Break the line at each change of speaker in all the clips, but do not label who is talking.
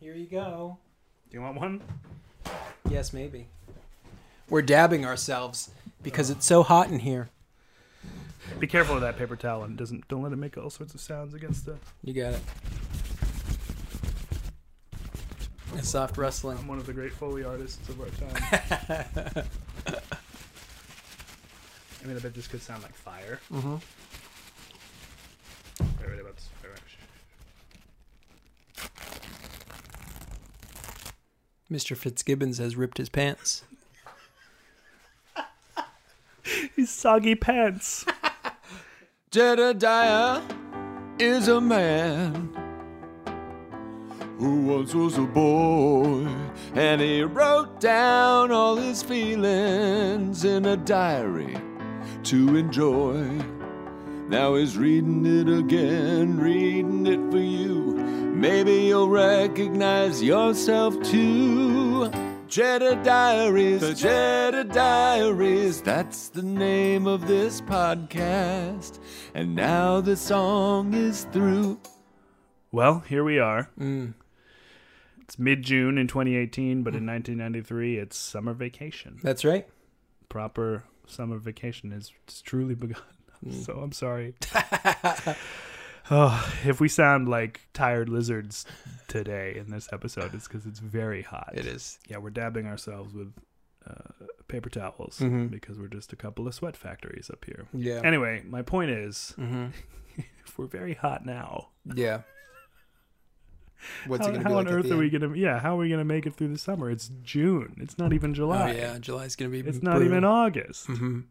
Here you go.
Do you want one?
Yes, maybe. We're dabbing ourselves because it's so hot in here.
Be careful with that paper towel and doesn't don't let it make all sorts of sounds against the.
You got it. A soft rustling.
I'm one of the great foley artists of our time. I mean, I bet this could sound like fire.
Mm-hmm.
Wait, wait, about this- wait, wait, shh.
Mr. Fitzgibbons has ripped his pants.
These soggy pants.
Jedediah is a man who once was a boy, and he wrote down all his feelings in a diary to enjoy. Now he's reading it again, reading it for you. Maybe you'll recognize yourself too. Jedediah Diaries, the Jedediah Diaries, that's the name of this podcast. And now the song is through.
Well, here we are.
Mm.
It's mid June in 2018, but in 1993, it's summer vacation.
That's right.
Proper summer vacation is it's truly begun.
Hmm.
So I'm sorry. oh, if we sound like tired lizards today in this episode, it's because it's very hot.
is.
Yeah, we're dabbing ourselves with uh, paper towels
Mhm.
because we're just a couple of sweat factories up here.
Yeah.
Anyway, my point is,
hmm
if we're very hot now,
Yeah. What's
how,
it going to
how
be like
on
at
earth
the
are we
end?
gonna? Yeah, how are we gonna make it through the summer? It's June. It's not even July.
Oh yeah, July's going to be.
It's not even
brutal.
August.
Mhm.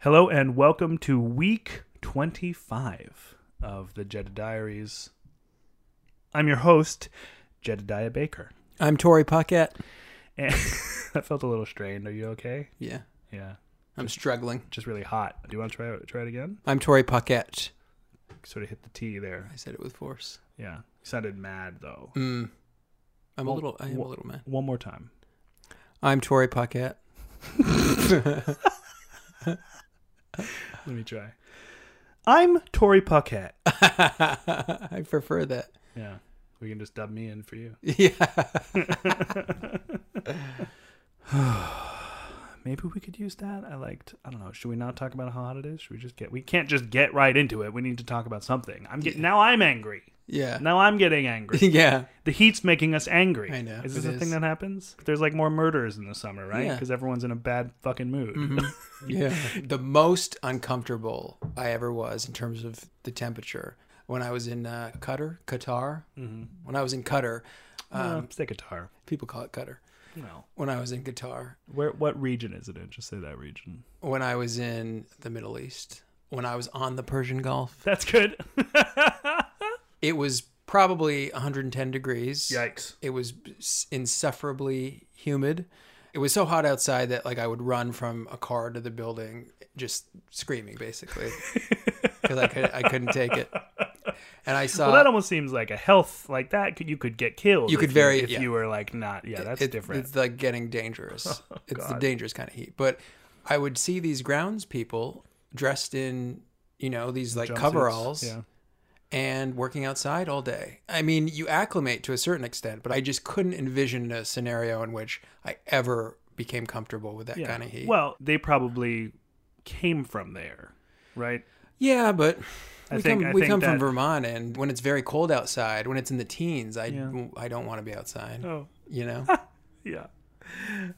Hello and welcome to week 25 of the Jeddah Diaries. I'm your host, Jedediah Baker.
I'm Tori Puckett.
And that felt a little strained. Are you okay?
Yeah.
Yeah.
I'm struggling.
Just really hot. Do you want to try it, try it again?
I'm Tori Puckett.
Sort of hit the T there.
I said it with force.
Yeah. You sounded mad though.
Mm. I'm a
Well,
little. I am a
wha-
little man.
One more time.
I'm Tori Puckett.
Let me try. I'm Tori Puckett.
I prefer that.
Yeah. We can just dub me in for you.
Yeah.
Maybe we could use that. I liked. I don't know. Should we not talk about how hot it is? Should we just get? We can't just get right into it. We need to talk about something. I'm getting now. I'm angry.
Yeah.
Now I'm getting angry.
yeah.
the heat's making us angry.
I know,
Is this
it
a
is.
thing that happens? There's like more murders in the summer, right?
Yeah. Mm-hmm.
Because everyone's in a bad fucking mood. Uh,
Yeah. the most uncomfortable I ever was in terms of the temperature when I was in uh, Qatar, Qatar. When I was in Qatar,
Uh,
Um,
say guitar.
people call it Qatar.
No.
When I was in Qatar,
Where? What region is it in? Just say that region.
when I was in the Middle East, when I was on the Persian Gulf,
That's good.
it was probably 110 degrees.
Yikes.
It was s- insufferably humid. It was so hot outside that like I would run from a car to the building just screaming basically because I could I couldn't take it. And I saw
Well, that almost seems like a health like that. Could, you could get killed.
You could
if
very-
if
yeah.
you were like not. Yeah, that's
it-
different. Oh,
It's like getting dangerous. it's the
God.
dangerous kind of heat. But I would see these grounds people dressed in, you know, these like
Jumpsuits,
coveralls
Yeah.
and working outside all day. I mean, you acclimate to a certain extent, but I just couldn't envision a scenario in which I ever became comfortable with that
yeah.
kind of heat.
Well, they probably came from there, right?
yeah, but
I
we
think-
come,
I
we
think
come
that-
from Vermont, and when it's very cold outside, when it's in the teens, I,
Yeah.
I don't want to be outside,
Oh,
you know?
yeah.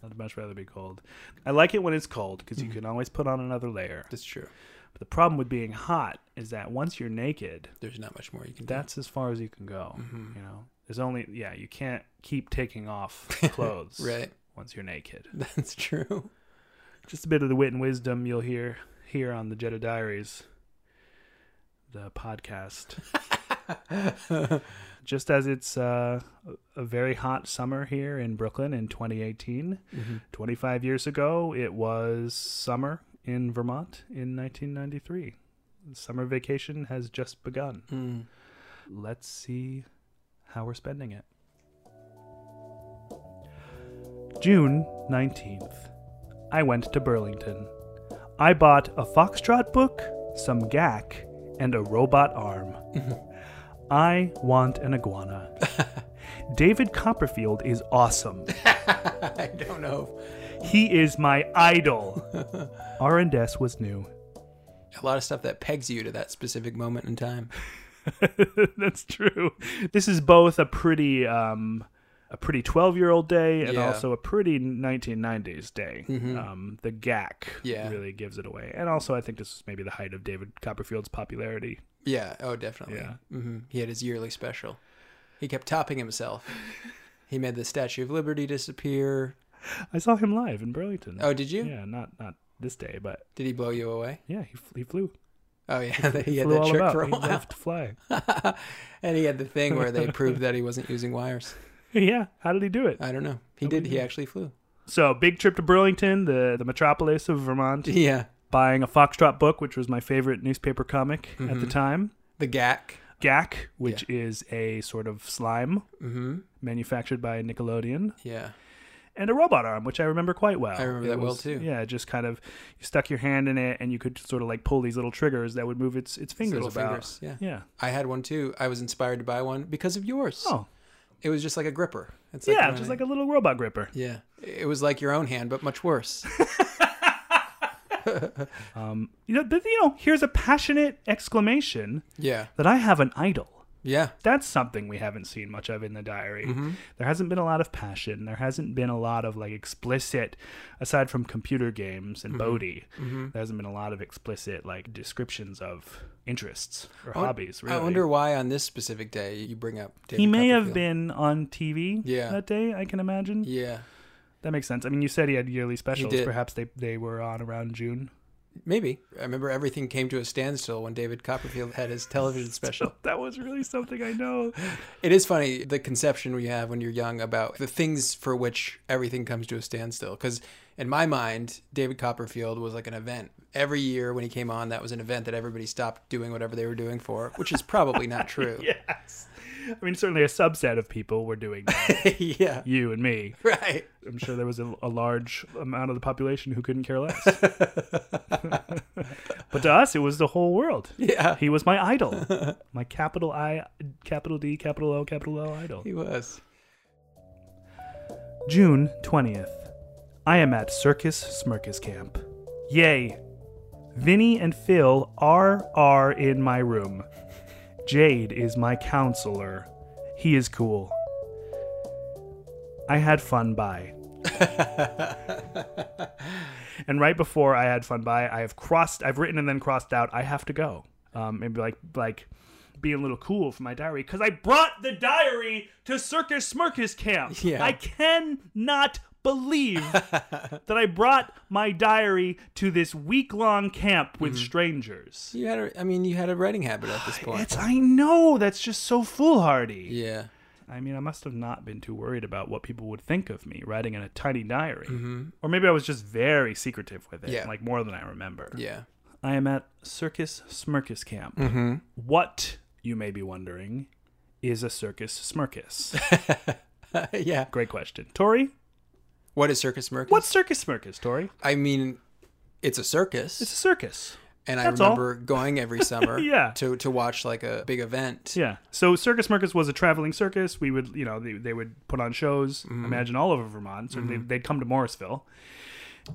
I'd much rather be cold. I like it when it's cold because
Mm-hmm.
you can always put on another layer.
That's true.
But the problem with being hot is that once you're naked,
There's not much more you can do.
that's as far as you can go.
Mm-hmm.
You know, there's only yeah, you can't keep taking off clothes
Right.
once you're naked.
That's true.
just a bit of the wit and wisdom you'll hear here on the Jetta Diaries, the podcast. just as it's uh, a very hot summer here in Brooklyn in 2018, 25 years ago, it was summer in Vermont in 1993. Summer vacation has just begun.
Mm.
Let's see how we're spending it. June 19th. I went to Burlington. I bought a Foxtrot book, some gack, and a robot arm. I want an iguana. David Copperfield is awesome.
I don't know.
He is my idol. R&S was new.
A lot of stuff that pegs you to that specific moment in time.
That's true. This is both a pretty um a pretty 12-year-old day and
Yeah. Mm-hmm.
also a pretty 1990s day. Um the gack
Yeah.
really gives it away. And also I think this is maybe the height of David Copperfield's popularity.
Yeah. Oh, definitely.
Yeah.
hmm He had his yearly special. He kept topping himself. He made the Statue of Liberty disappear.
I saw him live in Burlington.
Oh, did you?
Yeah, not not this day, but
Did he blow you away?
yeah, he, f- he flew.
Oh yeah, he had
flew
that
all
trick
about.
for a
he
while,
left fly.
and he had the thing where they proved that he wasn't using wires.
yeah, how did he do it?
I don't know. He did. He actually flew.
So big trip to Burlington, the the metropolis of Vermont,
Yeah,
buying a Foxtrot book, which was my favorite newspaper comic at
Mm-hmm.
the time.
the GAC.
Gack, which is a sort of slime
Mm-hmm.
manufactured by Nickelodeon,
Yeah,
and a robot arm, which I remember quite well.
I remember
It
that well,
was-
too.
Yeah, just kind of you stuck your hand in it, and you could sort of like pull these little triggers that would move its its fingers
little
about.
fingers, yeah.
yeah.
I had one too. I was inspired to buy one because of yours.
Oh,
It was just like a gripper. It's
yeah,
when
just
I-
like a little robot gripper.
yeah. It was like your own hand, but much worse.
You know, but, you know, here's a passionate exclamation
yeah,
that I have an idol.
yeah.
that's something we haven't seen much of in the diary.
Mm-hmm.
There hasn't been a lot of passion. There hasn't been a lot of like explicit, aside from computer games
Mm-hmm.
and Bodhi. There hasn't been a lot of explicit like descriptions of interests or hobbies. Really,
I wonder why on this specific day you bring up. David
he may have
Copperfield.
been on TV
Yeah.
that day. I can imagine.
Yeah,
That makes sense. I mean, you said he had yearly specials.
did.
Perhaps they they were on around June.
maybe. I remember everything came to a standstill when David Copperfield had his television special.
That was really something I know.
It is funny the conception we have when you're young about the things for which everything comes to a standstill. Because in my mind, David Copperfield was like an event. Every year when he came on, that was an event that everybody stopped doing whatever they were doing for, which is probably not true.
yes. I mean, certainly a subset of people were doing that.
yeah.
you and me.
Right.
I'm sure there was a, a large amount of the population who couldn't care less. but to us, it was the whole world.
Yeah.
He was my idol, my capital I, capital D, capital O, capital L idol.
He was.
June 20th. I am at Circus Smirkus Camp. Yay! Vinny and Phil are are in my room. Jade is my counselor. He is cool. I had fun by. and right before I had fun by, I have crossed I've written and then crossed out I have to go. Um and be like like being a little cool for my diary because I brought the diary to Circus Smirkus Camp.
Yeah.
I cannot believe that I brought my diary to this week long camp
Mm-hmm.
with strangers.
You had a, I mean, you had a writing habit at this point.
It's, I know, that's just so foolhardy.
yeah.
I mean, I must have not been too worried about what people would think of me writing in a tiny diary. Or maybe I was just very secretive with it,
Mm-hmm. Yeah.
like more than I remember.
Yeah.
I am at Circus Smirkus Camp.
Mm-hmm.
What, you may be wondering, is a Circus Smirkus?
yeah.
Great question. Tori,
What is Circus Mercury?
what's Circus Smirkus, Tori?
I mean, it's a circus.
It's a circus.
and I
that's all.
remember going every summer
Yeah.
to, to watch like a big event.
Yeah. So Circus Circus was a traveling circus. We would, you know, they, they would put on shows,
Mm-hmm.
imagine all over Vermont. So they, they'd come to Morrisville.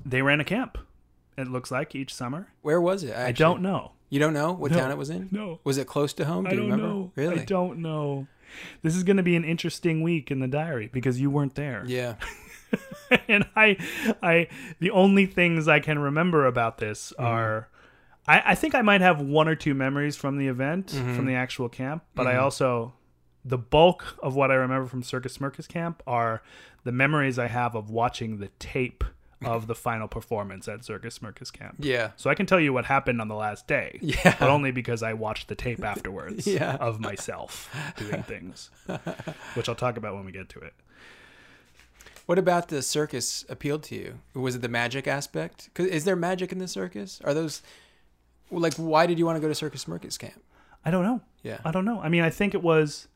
They ran a camp, it looks like, each summer.
Where was it?
I
actually?
don't know.
You don't know what town it was in?
no.
Was it close to home? Do
I
you
don't
remember?
know.
Really?
I don't know. This is going to be an interesting week in the diary because you weren't there.
Yeah.
and I, I, the only things I can remember about this
Mm-hmm.
are, I, I think I might have one or two memories from the event,
Mm-hmm.
from the actual camp, but I also, the bulk of what I remember from Circus Smirkus camp are the memories I have of watching the tape of the final performance at Circus Smirkus camp.
Yeah.
So I can tell you what happened on the last day,
Yeah.
but only because I watched the tape afterwards
Yeah.
of myself doing things, which I'll talk about when we get to it.
What about the circus appealed to you? Was it the magic aspect? 'Cause is there magic in the circus? Are those like why did you want to go to Circus Circus camp?
I don't know.
Yeah.
I don't know. I mean, I think it was.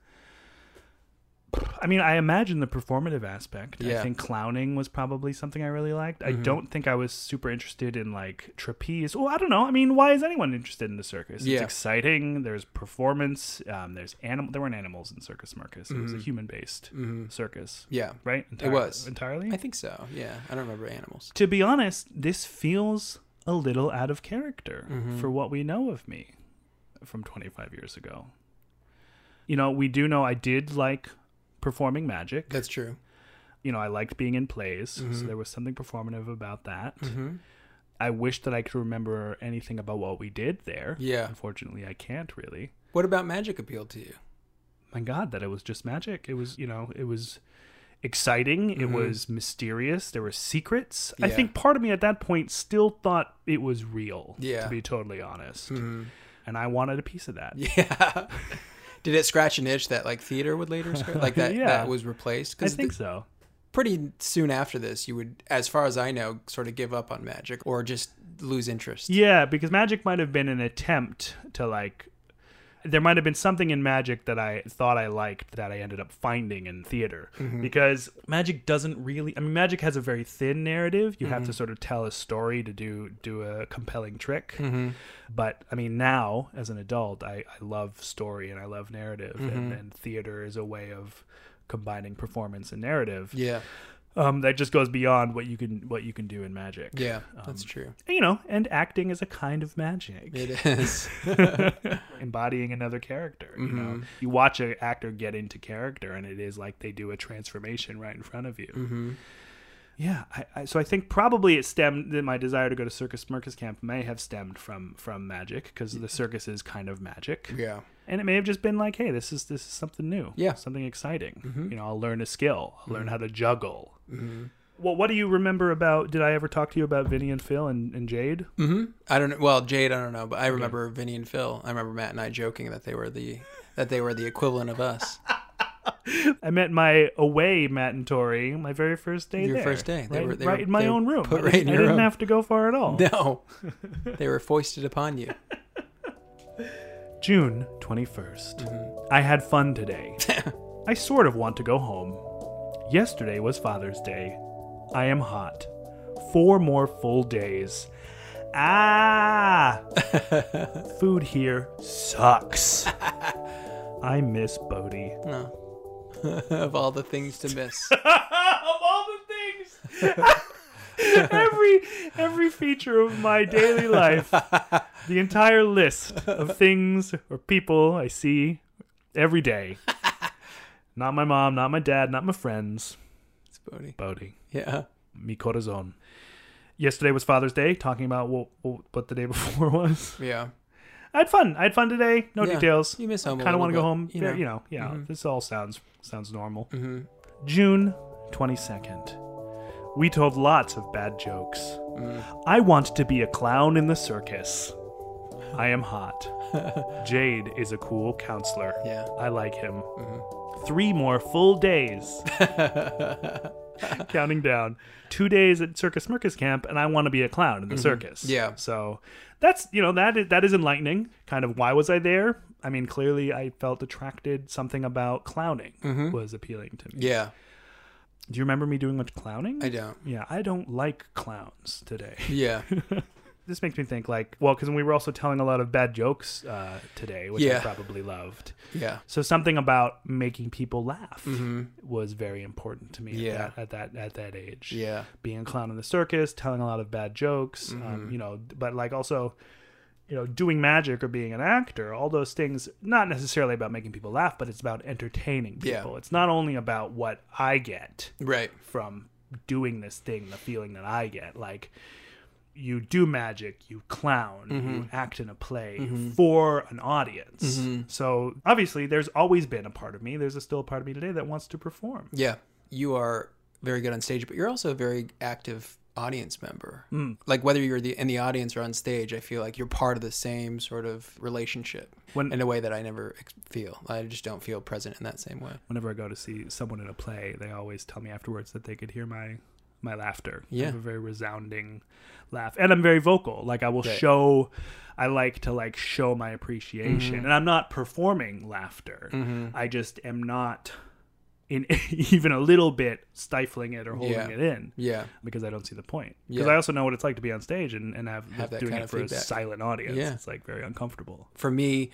I mean, I imagine the performative aspect. I
Yeah. Mm-hmm.
think clowning was probably something I really liked. I don't think I was super interested in like trapeze. Well, I don't know. I mean, why is anyone interested in the circus? It's
Yeah.
exciting. There's performance. Um, there's animal. There weren't animals in Circus Circus. It was a human based circus,
Mm-hmm. Yeah.
right? Entire-
was.
entirely.
I think so. Yeah. I don't remember animals.
to be honest, this feels a little out of character
Mm-hmm.
for what we know of me from 25 years ago. You know, we do know I did like performing magic.
That's Mm-hmm. true.
you know, I liked being in plays, so there was something performative about that.
Mm-hmm.
I wish that I could remember anything about what we did there.
Yeah.
Unfortunately, I can't really.
What about magic appealed to you?
My God, that it was just magic. It was, you know, it was exciting. It was mysterious. There were secrets. I
Mm-hmm. Yeah.
think part of me at that point still thought it was real,
Yeah. Mm-hmm.
to be totally honest. And I wanted a piece of that.
Yeah. Did it scratch an itch that like theater would later scratch? Like that,
Yeah.
that was replaced?
I
Because
think so.
pretty soon after this, you would, as far as I know, sort of give up on magic or just lose interest.
Yeah, because magic might have been an attempt to like there might have been something in magic that I thought I liked that I ended up finding in theater because magic doesn't really I mean magic has a very thin narrative. You have to sort of tell a story to do do a compelling trick. But I mean now as an adult I, I love story and I love narrative and, and theater is a way of combining performance and narrative
Yeah.
um, that just goes beyond what you can what you can do in magic
Yeah. That's true.
you know, and acting is a kind of magic,
It is.
embodying another character. You
Mm-hmm.
know, you watch an actor get into character, and it is like they do a transformation right in front of you.
Mm-hmm.
Yeah, I, I, so I think probably it stemmed that my desire to go to Circus Circus Camp may have stemmed from from magic because the circus is kind of magic,
Mm-hmm. yeah.
and it may have just been like, hey, this is this is something new,
Yeah. Mm-hmm.
something exciting. You know, I'll learn a skill, I'll learn how to juggle. Well, what do you remember about? Did I ever talk to you about Vinny and Phil and, and Jade?
I don't know. Well, Jade, I don't know, but I remember Vinny and Phil. I remember Matt and I joking that they were the that they were the equivalent of us.
I met my away Matt and Tori my very first day
Your
there.
first day. They
right,
were- they
right
were-
in my
they
own
were
room.
put
I,
right in
didn't- I
your
didn't
room.
have to go far at all.
No, they were foisted upon you.
June 21st.
Mm-hmm.
I had fun today. I sort of want to go home. Yesterday was Father's Day. I am hot. Four more full days. Ah! Food here sucks. I miss Bodie.
of all the things to miss.
of all the things. every every feature of my daily life, the entire list of things or people I see every day. Not my mom, not my dad, not my friends.
It's Bodhi.
Bodhi,
Yeah.
mi corazón. Yesterday was Father's Day, talking about what, what, what the day before was.
Yeah.
I had fun. I had fun today. No
Yeah.
details.
You miss home.
Kind of want to go home.
You
Yeah,
know. Mm-hmm.
you know yeah. This all sounds sounds normal. June 22nd. We told lots of bad jokes.
Mm.
I want to be a clown in the circus. I am hot. Jade is a cool counselor.
Yeah.
I like him.
Mm-hmm.
Three more full days. Counting down. Two days at Circus Circus Camp, and I want to be a clown in the circus.
Mm-hmm. Yeah.
So that's you know that is, that is enlightening. Kind of why was I there? I mean, clearly I felt attracted. Something about clowning
Mm-hmm.
was appealing to me.
Yeah.
Do you remember me doing much clowning?
I don't.
yeah, I don't like clowns today.
Yeah.
this makes me think like, well, because we were also telling a lot of bad jokes uh, today, which I
Yeah.
probably loved.
Yeah. Mm-hmm.
So something about making people laugh was very important to me
Yeah.
at, that, at that at that age.
Yeah.
being a clown in the circus, telling a lot of bad jokes,
Mm-hmm.
um, you know, but like also, you know, doing magic or being an actor, all those things. Not necessarily about making people laugh, but it's about entertaining
Yeah.
people. It's not only about what I get
Right.
from doing this thing, the feeling that I get. Like, you do magic, you clown, you act in a play for an audience. So, obviously, there's always been a part of me, there's a still a part of me today that wants to perform.
Yeah. You are very good on stage, but you're also a very active audience member.
Hmm.
Like whether you're the in the audience or on stage, I feel like you're part of the same sort of relationship
When-
in a way that I never ex- feel. I just don't feel present in that same way.
Whenever I go to see someone in a play, they always tell me afterwards that they could hear my my laughter. I
Yeah.
have a very resounding laugh, and I'm very vocal. Like I will show, I like to like show my
Mm-hmm.
appreciation, and I'm not performing laughter. I just am not in even a little bit stifling it or holding
Yeah.
it in
Yeah.
because I don't see the point. Because
Yeah.
I also know what it's like to be on stage and, and have,
Have that
doing
kind
it
of
for a
feedback.
silent audience.
Yeah.
It's like very uncomfortable.
For me,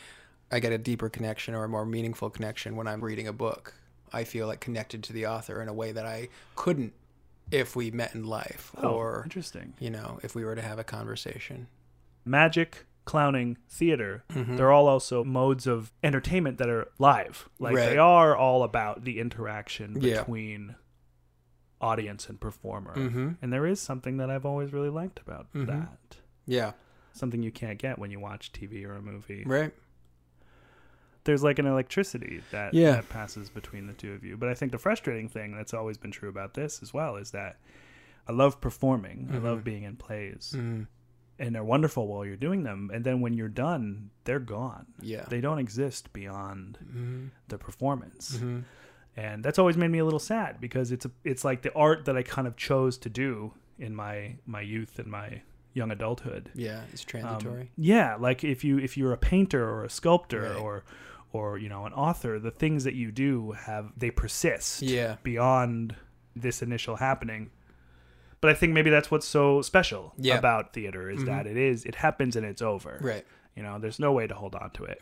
I get a deeper connection or a more meaningful connection when I'm reading a book. I feel like connected to the author in a way that I couldn't if we met in life
oh,
or
interesting.
you know, if we were to have a conversation.
Magic, clowning, theater,
Mm-hmm.
they're all also modes of entertainment that are live. Like
Right.
they are all about the interaction
Yeah.
between audience and performer.
Mhm.
And there is something that I've always really liked about
Mm-hmm.
that.
Yeah.
Something you can't get when you watch TV or a movie.
Right?
there's like an electricity that,
Yeah.
that passes between the two of you. But I think the frustrating thing that's always been true about this as well is that I love performing.
Mm-hmm.
I love being in plays.
Mhm.
And they're wonderful while you're doing them. And then when you're done, they're gone.
Yeah.
They don't exist beyond
Mm-hmm.
the performance.
Mhm.
And that's always made me a little sad because it's a, it's like the art that I kind of chose to do in my my youth and my young adulthood.
Yeah, it's
Um,
transitory.
yeah, like if you if you're a painter or a sculptor
Right.
or or you know an author, the things that you do have they persist
Yeah.
beyond this initial happening. But I think maybe that's what's so special
Yeah. Mm-hmm.
about theater is that it is it happens and it's over.
right. Mm-hmm.
You know, there's no way to hold on to it.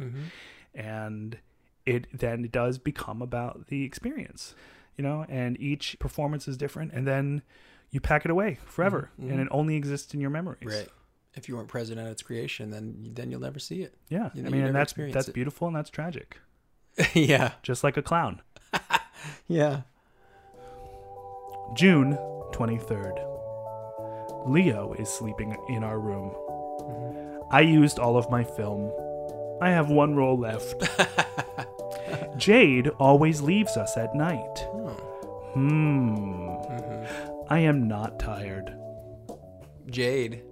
And it then does become about the experience, you know, and each performance is different and then you pack it away forever and it only exists in your memories.
Mm-hmm. Right. If you weren't present at its creation, then then you'll never see it.
Yeah,
You know, you
I mean,
never
and that's
experience
that's
it.
beautiful and that's tragic,
yeah.
just like a clown.
Yeah.
June twenty third. Leo is sleeping in our room.
Mm-hmm.
I used all of my film. I have one roll left. Jade always leaves us at night.
Oh.
Hmm.
Mm-hmm.
I am not tired.
Jade.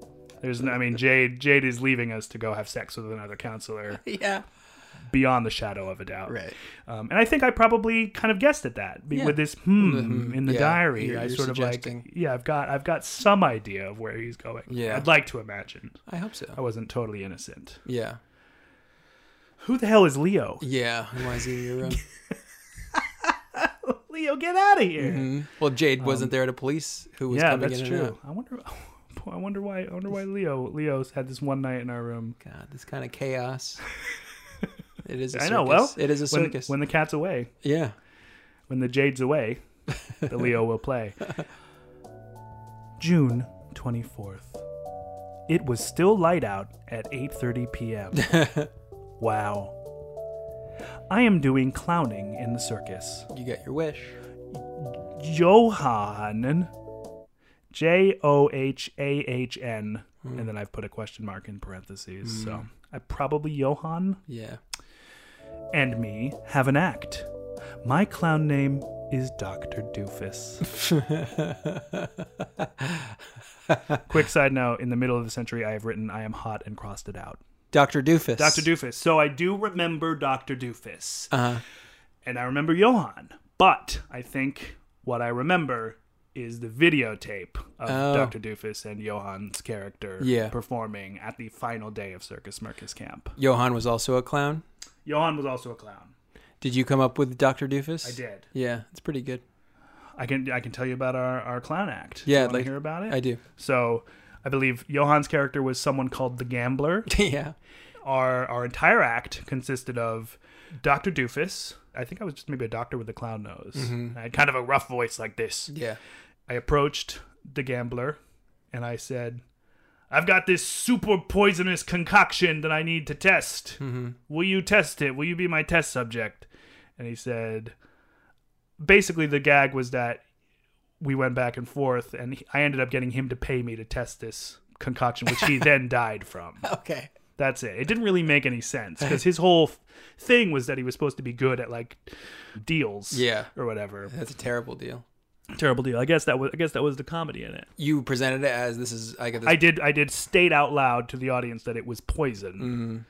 There's, n- I mean, Jade. Jade is leaving us to go have sex with another counselor,
Yeah.
beyond the shadow of a doubt.
Right.
Um, and I think I probably kind of guessed at that be-
Yeah.
with this hmm in the
yeah,
diary.
you're-
I
you're
sort of
suggesting.
like, yeah, I've got I've got some idea of where he's going.
Yeah.
I'd like to imagine
I hope
I
so.
wasn't totally innocent.
Oh, Yeah.
Who the hell is Leo?
Yeah. NYZ, you're right.
Leo, get out of here!
Mhm. Well, Jade wasn't there to police who was
Yeah,
coming
that's
in and
true.
out.
I wonder. I wonder why. I wonder why Leo. Leo's had this one night in our room.
God, this kind of chaos. It is. A
I
circus.
know. Well,
it is a
when-
circus.
when the cat's away,
yeah.
When the Jade's away, the Leo will play. June 24th. It was still light out at 8:30 p.m. wow. I am doing clowning in the circus.
You get your wish.
Johann J O H A H N and then I've put a question mark in parentheses. So, I probably Johann
Yeah.
and me have an act. My clown name is Dr. Doofus. Quick side note in the middle of the century, I have written I am hot and crossed it out.
Doctor Doofus.
Dr. Doofus. So I do remember Dr. Doofus.
Uh-huh.
And I remember Johan. But I think what I remember is the videotape of
Oh.
Dr. Doofus and Johan's character
Yeah.
performing at the final day of Circus Circus Camp.
Johan was also a clown.
Johan was also a clown.
Did you come up with Doctor Doofus?
I did.
Yeah, it's pretty good.
I can I can tell you about our, our clown act.
Yeah,
you
I'd
wanna
like-
hear about it.
I do.
So I believe Johan's character was someone called the Gambler.
yeah.
Our our entire act consisted of Doctor Doofus. I think I was just maybe a doctor with a clown nose. I had kind of a rough voice like this.
Yeah.
I approached the Gambler, and I said. I've got this super poisonous concoction that I need to test. Will you test it? Will you be my test subject? And he said, basically, the gag was that we went back and forth, and he- I ended up getting him to pay me to test this concoction, which he then died from.
Okay.
That's it. It didn't really make any sense because his whole f- thing was that he was supposed to be good at like deals,
Yeah.
or whatever.
That's a terrible deal.
Terrible deal. I guess that was. I guess that was the comedy in it.
You presented it as this is. I get this.
I did I did state out loud to the audience that it was poison,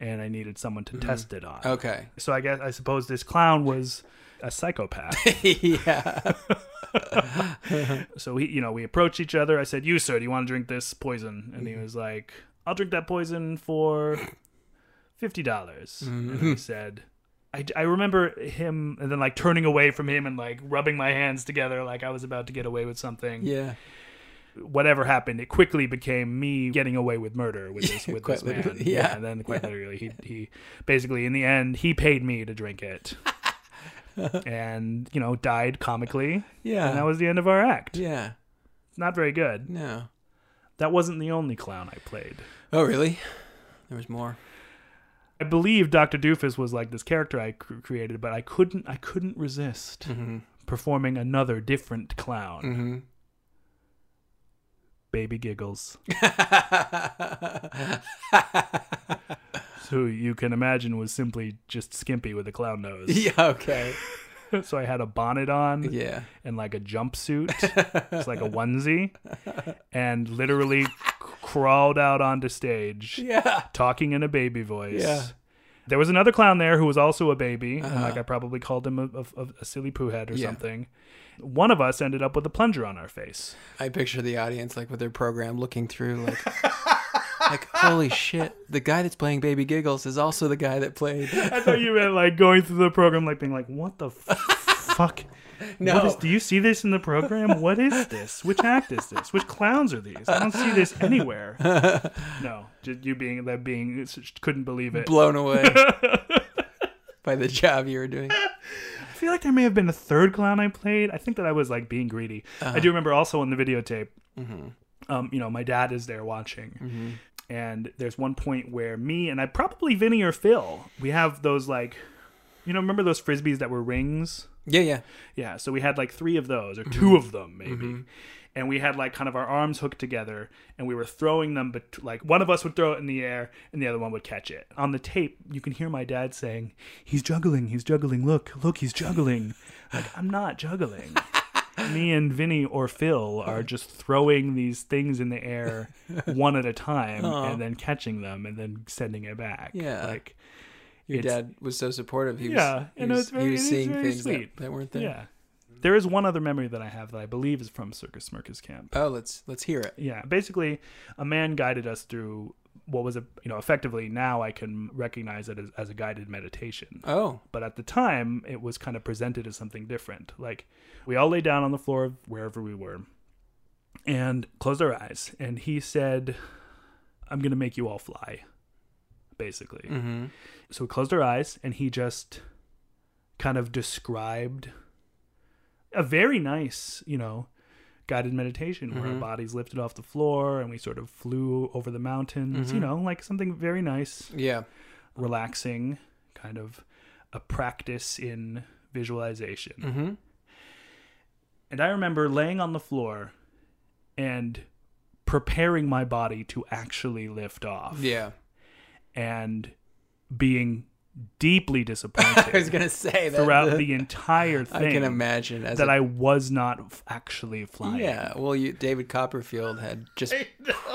and I needed someone to test it on.
okay.
So I guess I suppose this clown was a psychopath.
yeah.
so he, you know, we approached each other. I said, "You sir, do you want to drink this poison?" And he
Mm-hmm.
was like,
Mm-hmm.
"I'll drink that poison for fifty dollars." And I said, I, I remember him and then like turning away from him and like rubbing my hands together like I was about to get away with something.
Yeah.
Whatever happened, it quickly became me getting away with murder with this with
quite
this man.
literally, yeah.
and then quite literally, he he basically in the end he paid me to drink it, and you know died comically.
Yeah.
and that was the end of our act.
Uh-huh. Yeah.
Not very good.
No.
That wasn't the only clown I played.
Oh, really? There was more.
I believe Dr. Doofus was like this character I cr- created, but I couldn't I couldn't resist
Hmm. Mm-hmm.
performing another different clown. Baby giggles. who you can imagine was simply just skimpy with a clown nose.
Yeah. Okay.
so I had a bonnet on
Yeah.
and like a jumpsuit. it's like a onesie and literally c- crawled out onto stage
Yeah.
talking in a baby voice.
Yeah. Uh-huh.
There was another clown there who was also a baby, and like I probably called him a, a, a silly poo head or
Yeah.
something. One of us ended up with a plunger on our face.
I picture the audience like with their program looking through like like holy shit, the guy that's playing Baby Giggles is also the guy that played
I thought you meant like going through the program, like being like, "What the f- fuck?
No.
What is, do you see this in the program? What is this? Which act is this? Which clowns are these? I don't see this anywhere." No, just you being that being it's just couldn't believe it.
blown away by the job you were doing.
I feel like there may have been a third clown I played. I think that I was like being greedy. I do remember also in the videotape, um, you know, my dad is there watching. And there's one point where me and I probably Vinny or Phil, we have those like, you know, remember those frisbees that were rings?
Yeah, yeah.
Yeah, so we had like three of those, or 2 of them maybe. And we had like kind of our arms hooked together, and we were throwing them, but like one of us would throw it in the air, and the other one would catch it. On the tape, you can hear my dad saying, "He's juggling, he's juggling. Look, look, he's juggling." like I'm not juggling. Me and Vinny or Phil are just throwing these things in the air one at a time, and then catching them, and then sending it back.
Yeah.
like
Your
It's-
dad was so supportive. He was,
Yeah,
he
and
was,
it's very-
he
it
was
is
seeing
very
things
sweet.
that, that weren't there.
Yeah. There is one other memory that I have that I believe is from Circus Circus Camp.
Oh, let's let's hear it.
Yeah. Basically, a man guided us through what was a you know effectively now I can recognize it as, as a guided meditation.
Oh,
But at the time, it was kind of presented as something different. Like we all lay down on the floor of wherever we were, and closed our eyes. And he said, "I'm gonna make you all fly." Basically,
mm-hmm.
so we closed our eyes and he just kind of described a very nice you know guided meditation where our bodies lifted off the floor and we sort of flew over the mountains you know like something very nice
yeah,
relaxing kind of a practice in visualization
Mhm.
and i remember laying on the floor and preparing my body to actually lift off
yeah.
and being
I
deeply
was
disappointed
gonna say that
throughout the entire thing
I can imagine as
that
a-
I was not f- actually flying.
yeah. Well, you David Copperfield had just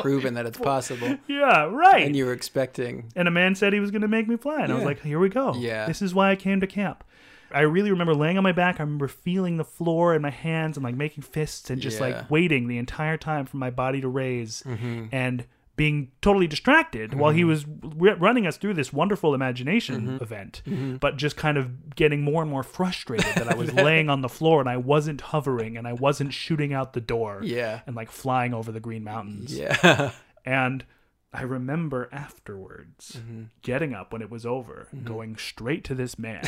proven that it's possible,
Yeah, right.
and
And,
you were expecting.
a man said he was going to make me fly, and I was
Yeah.
like, here we go.
Yeah.
This is why I came to camp. I really remember laying on my back. I remember feeling the floor in my hands and like making fists and just
Yeah. Mm-hmm.
like waiting the entire time for my body to raise and being totally distracted while he was r- running us through this wonderful imagination
Mm-hmm.
event, but just kind of getting more and more frustrated that I was laying on the floor and I wasn't hovering and I wasn't shooting out the door
Yeah.
and like flying over the Green Mountains.
Yeah,
And I remember afterwards getting up when it was over, going straight to this man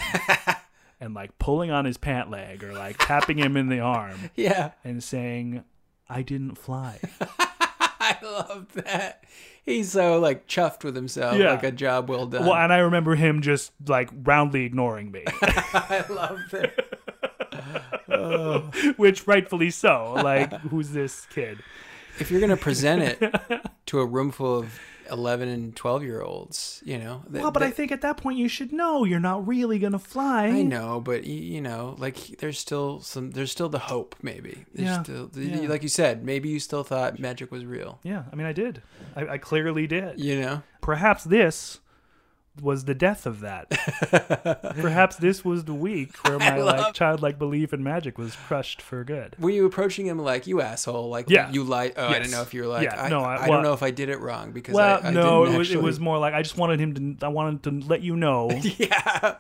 and like pulling on his pant leg or like tapping him in the arm
yeah.
and saying, I didn't fly.
I love that. He's so like chuffed with himself,
Yeah.
like a job well done.
Well, and I remember him just like roundly ignoring me,
I love that.
which rightfully so. Like, who's this kid?
if you're going to present it to a room full of 11 and 12 year olds, you know. that-
Well, but I
that-
think at that point you should know you're not really going to fly.
I know, but you, you know, like there's still some, there's still the hope, maybe. There's
Yeah,
still, the,
yeah.
like you said, maybe you still thought magic was real,
Yeah, I mean, I did. I, I clearly did.
you know?
Perhaps this was the death of that. Perhaps this was the week where my like childlike belief in magic was crushed for good.
Were you approaching him like you asshole? Like
Yeah.
you lied. Oh, I
Yes.
don't know if you were like.
Yeah,
I,
no,
I,
I-
don't
well-
know if I did it wrong because
Well,
I, I
no,
didn't
it was, it
actually-
was more like I just wanted him to. I wanted to let you know
yeah.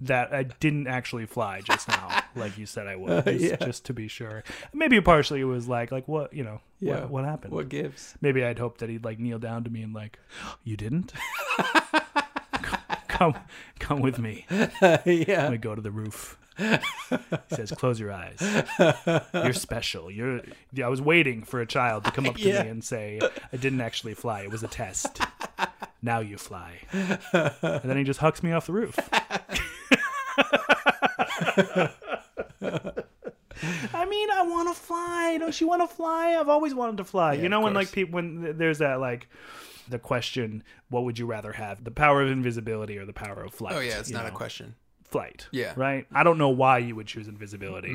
that I didn't actually fly just now, like you said I would, just,
Uh, yeah.
just to be sure. Maybe partially it was like, like what you know,
Yeah.
what, what happened?
What gives?
Maybe I'd hoped that he'd like kneel down to me and like, you didn't. come, come with me.
yeah.
We go to the roof. He says, "Close your eyes. You're special. You're." I was waiting for a child to come up to
Yeah.
me and say, "I didn't actually fly. It was a test. Now you fly." And then he just hucks me off the roof. I mean, I want to fly. Don't you want to fly? I've always wanted to fly. you know, when like
course.
people when th- there's that like. The question, what would you rather have? The power of invisibility or the power of flight?
Oh yeah, it's
you
not a
know?
question.
flight.
Yeah.
Right? I don't know why you would choose invisibility.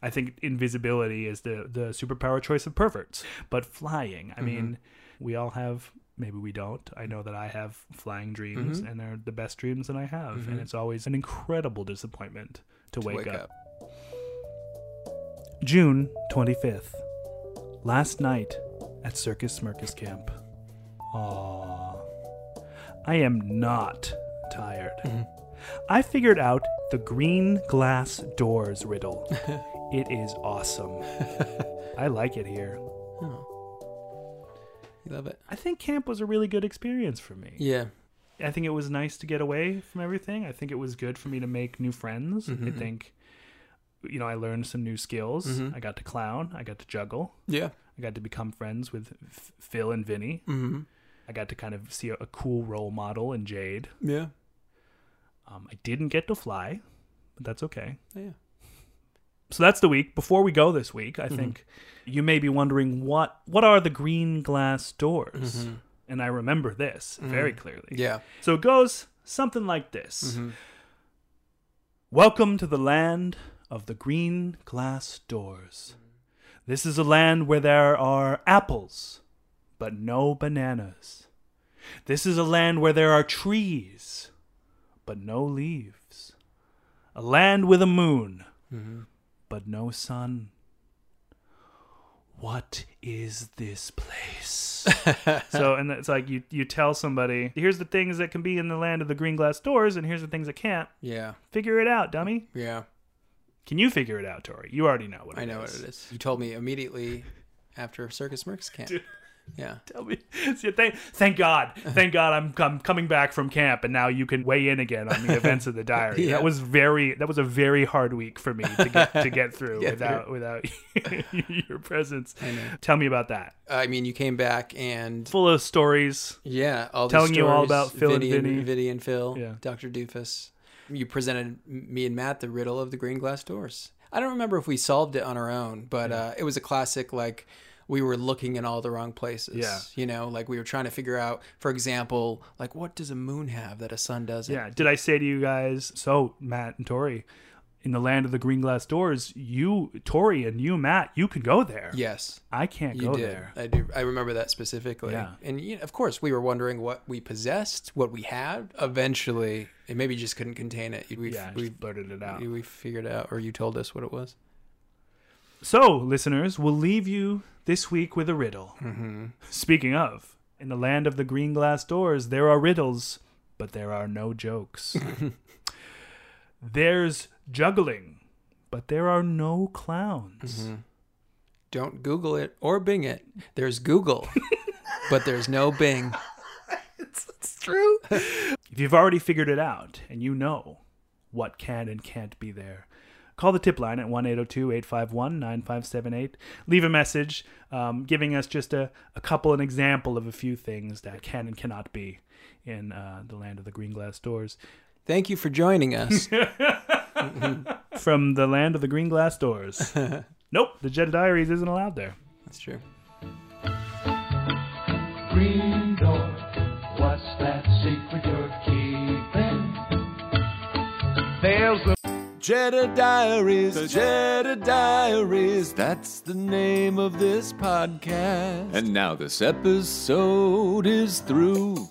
I think invisibility is the, the superpower choice of perverts. But flying, I mean, we all have, maybe we don't. I know that I have flying dreams, and they're the best dreams that I have. And it's always an incredible disappointment Mm-hmm. to, wake,
Wake
up.
up.
June 25th. Last night at Circus Smirkus Camp. Aww. I am not tired. I figured out the green glass doors riddle. it is awesome. I like it here.
You love it.
I think camp was a really good experience for me.
Yeah.
I think it was nice to get away from everything. I think it was good for me to make new friends. I think, you know, I learned some new skills. I got to clown, I got to juggle.
Yeah.
I got to become friends with F- Phil and Vinny.
hmm
I got to kind of see a, a cool role model in Jade.
Yeah.
Um, I didn't get to fly, but that's okay.
Yeah.
So that's the week. Before we go this week, I think you may be wondering what what are the green glass doors? And I remember this very clearly.
Mm-hmm. Yeah. Mm-hmm.
So it goes something like this. Welcome to the land of the green glass doors. This is a land where there are apples, but no bananas. This is a land where there are trees, but no leaves. A land with a moon, but no sun. What is this place? so and it's like you you tell somebody here's the things that can be in the land of the green glass doors and here's the things that can't
Yeah.
figure it out dummy
Yeah.
can you figure it out tori you already know what
I know what it is. You told me immediately after Circus Mercs camp. Yeah.
Tell me. See, thank, thank God. Thank God I'm, I'm coming back from camp and now you can weigh in again on the events of the diary.
Yeah.
That was very that was a very hard week for me to get to get through
Get
without without your presence. Tell me about that.
I mean, you came back and
Full of stories.
yeah, all these
Telling you all
stories,
about Phil and
Vinny
Vinny.
Vinny and Phil,
Yeah.
Dr. Doofus. You presented m- me and Matt the riddle of the green glass doors. I don't remember if we solved it on our own, but uh, it was a classic like we were looking in all the wrong places.
Yeah.
You know, like we were trying to figure out, for example, like what does a moon have that a sun doesn't?
Yeah. Did I say to you guys, so Matt and Tori, in the land of the green glass doors, you, Tori and you, Matt, you can go there.
Yes.
I can't
You
go
did.
there.
I do. I remember that specifically.
Yeah.
And you know, of course, we were wondering what we possessed, what we had. Eventually, it maybe just couldn't contain it. We,
Yeah. We
we,
blurted it out.
we figured out, or you told us what it was.
So, listeners, we'll leave you this week with a riddle. Speaking of, in the land of the green glass doors, there are riddles, but there are no jokes. There's juggling, but there are no clowns.
Don't Google it or Bing it. There's Google, but there's no Bing.
It's true. if you've already figured it out and you know what can and can't be there, call the tip line at 1 802 851 9578. Leave a message um, giving us just a, a couple, an example of a few things that can and cannot be in uh, the land of the green glass doors.
Thank you for joining us.
From the land of the green glass doors. nope, the Jedi Diaries isn't allowed there.
That's true.
green door. What's that secret you're keeping? There's a
Jedi Diaries, the Jedi Diaries, that's the name of this podcast. And now this episode is through.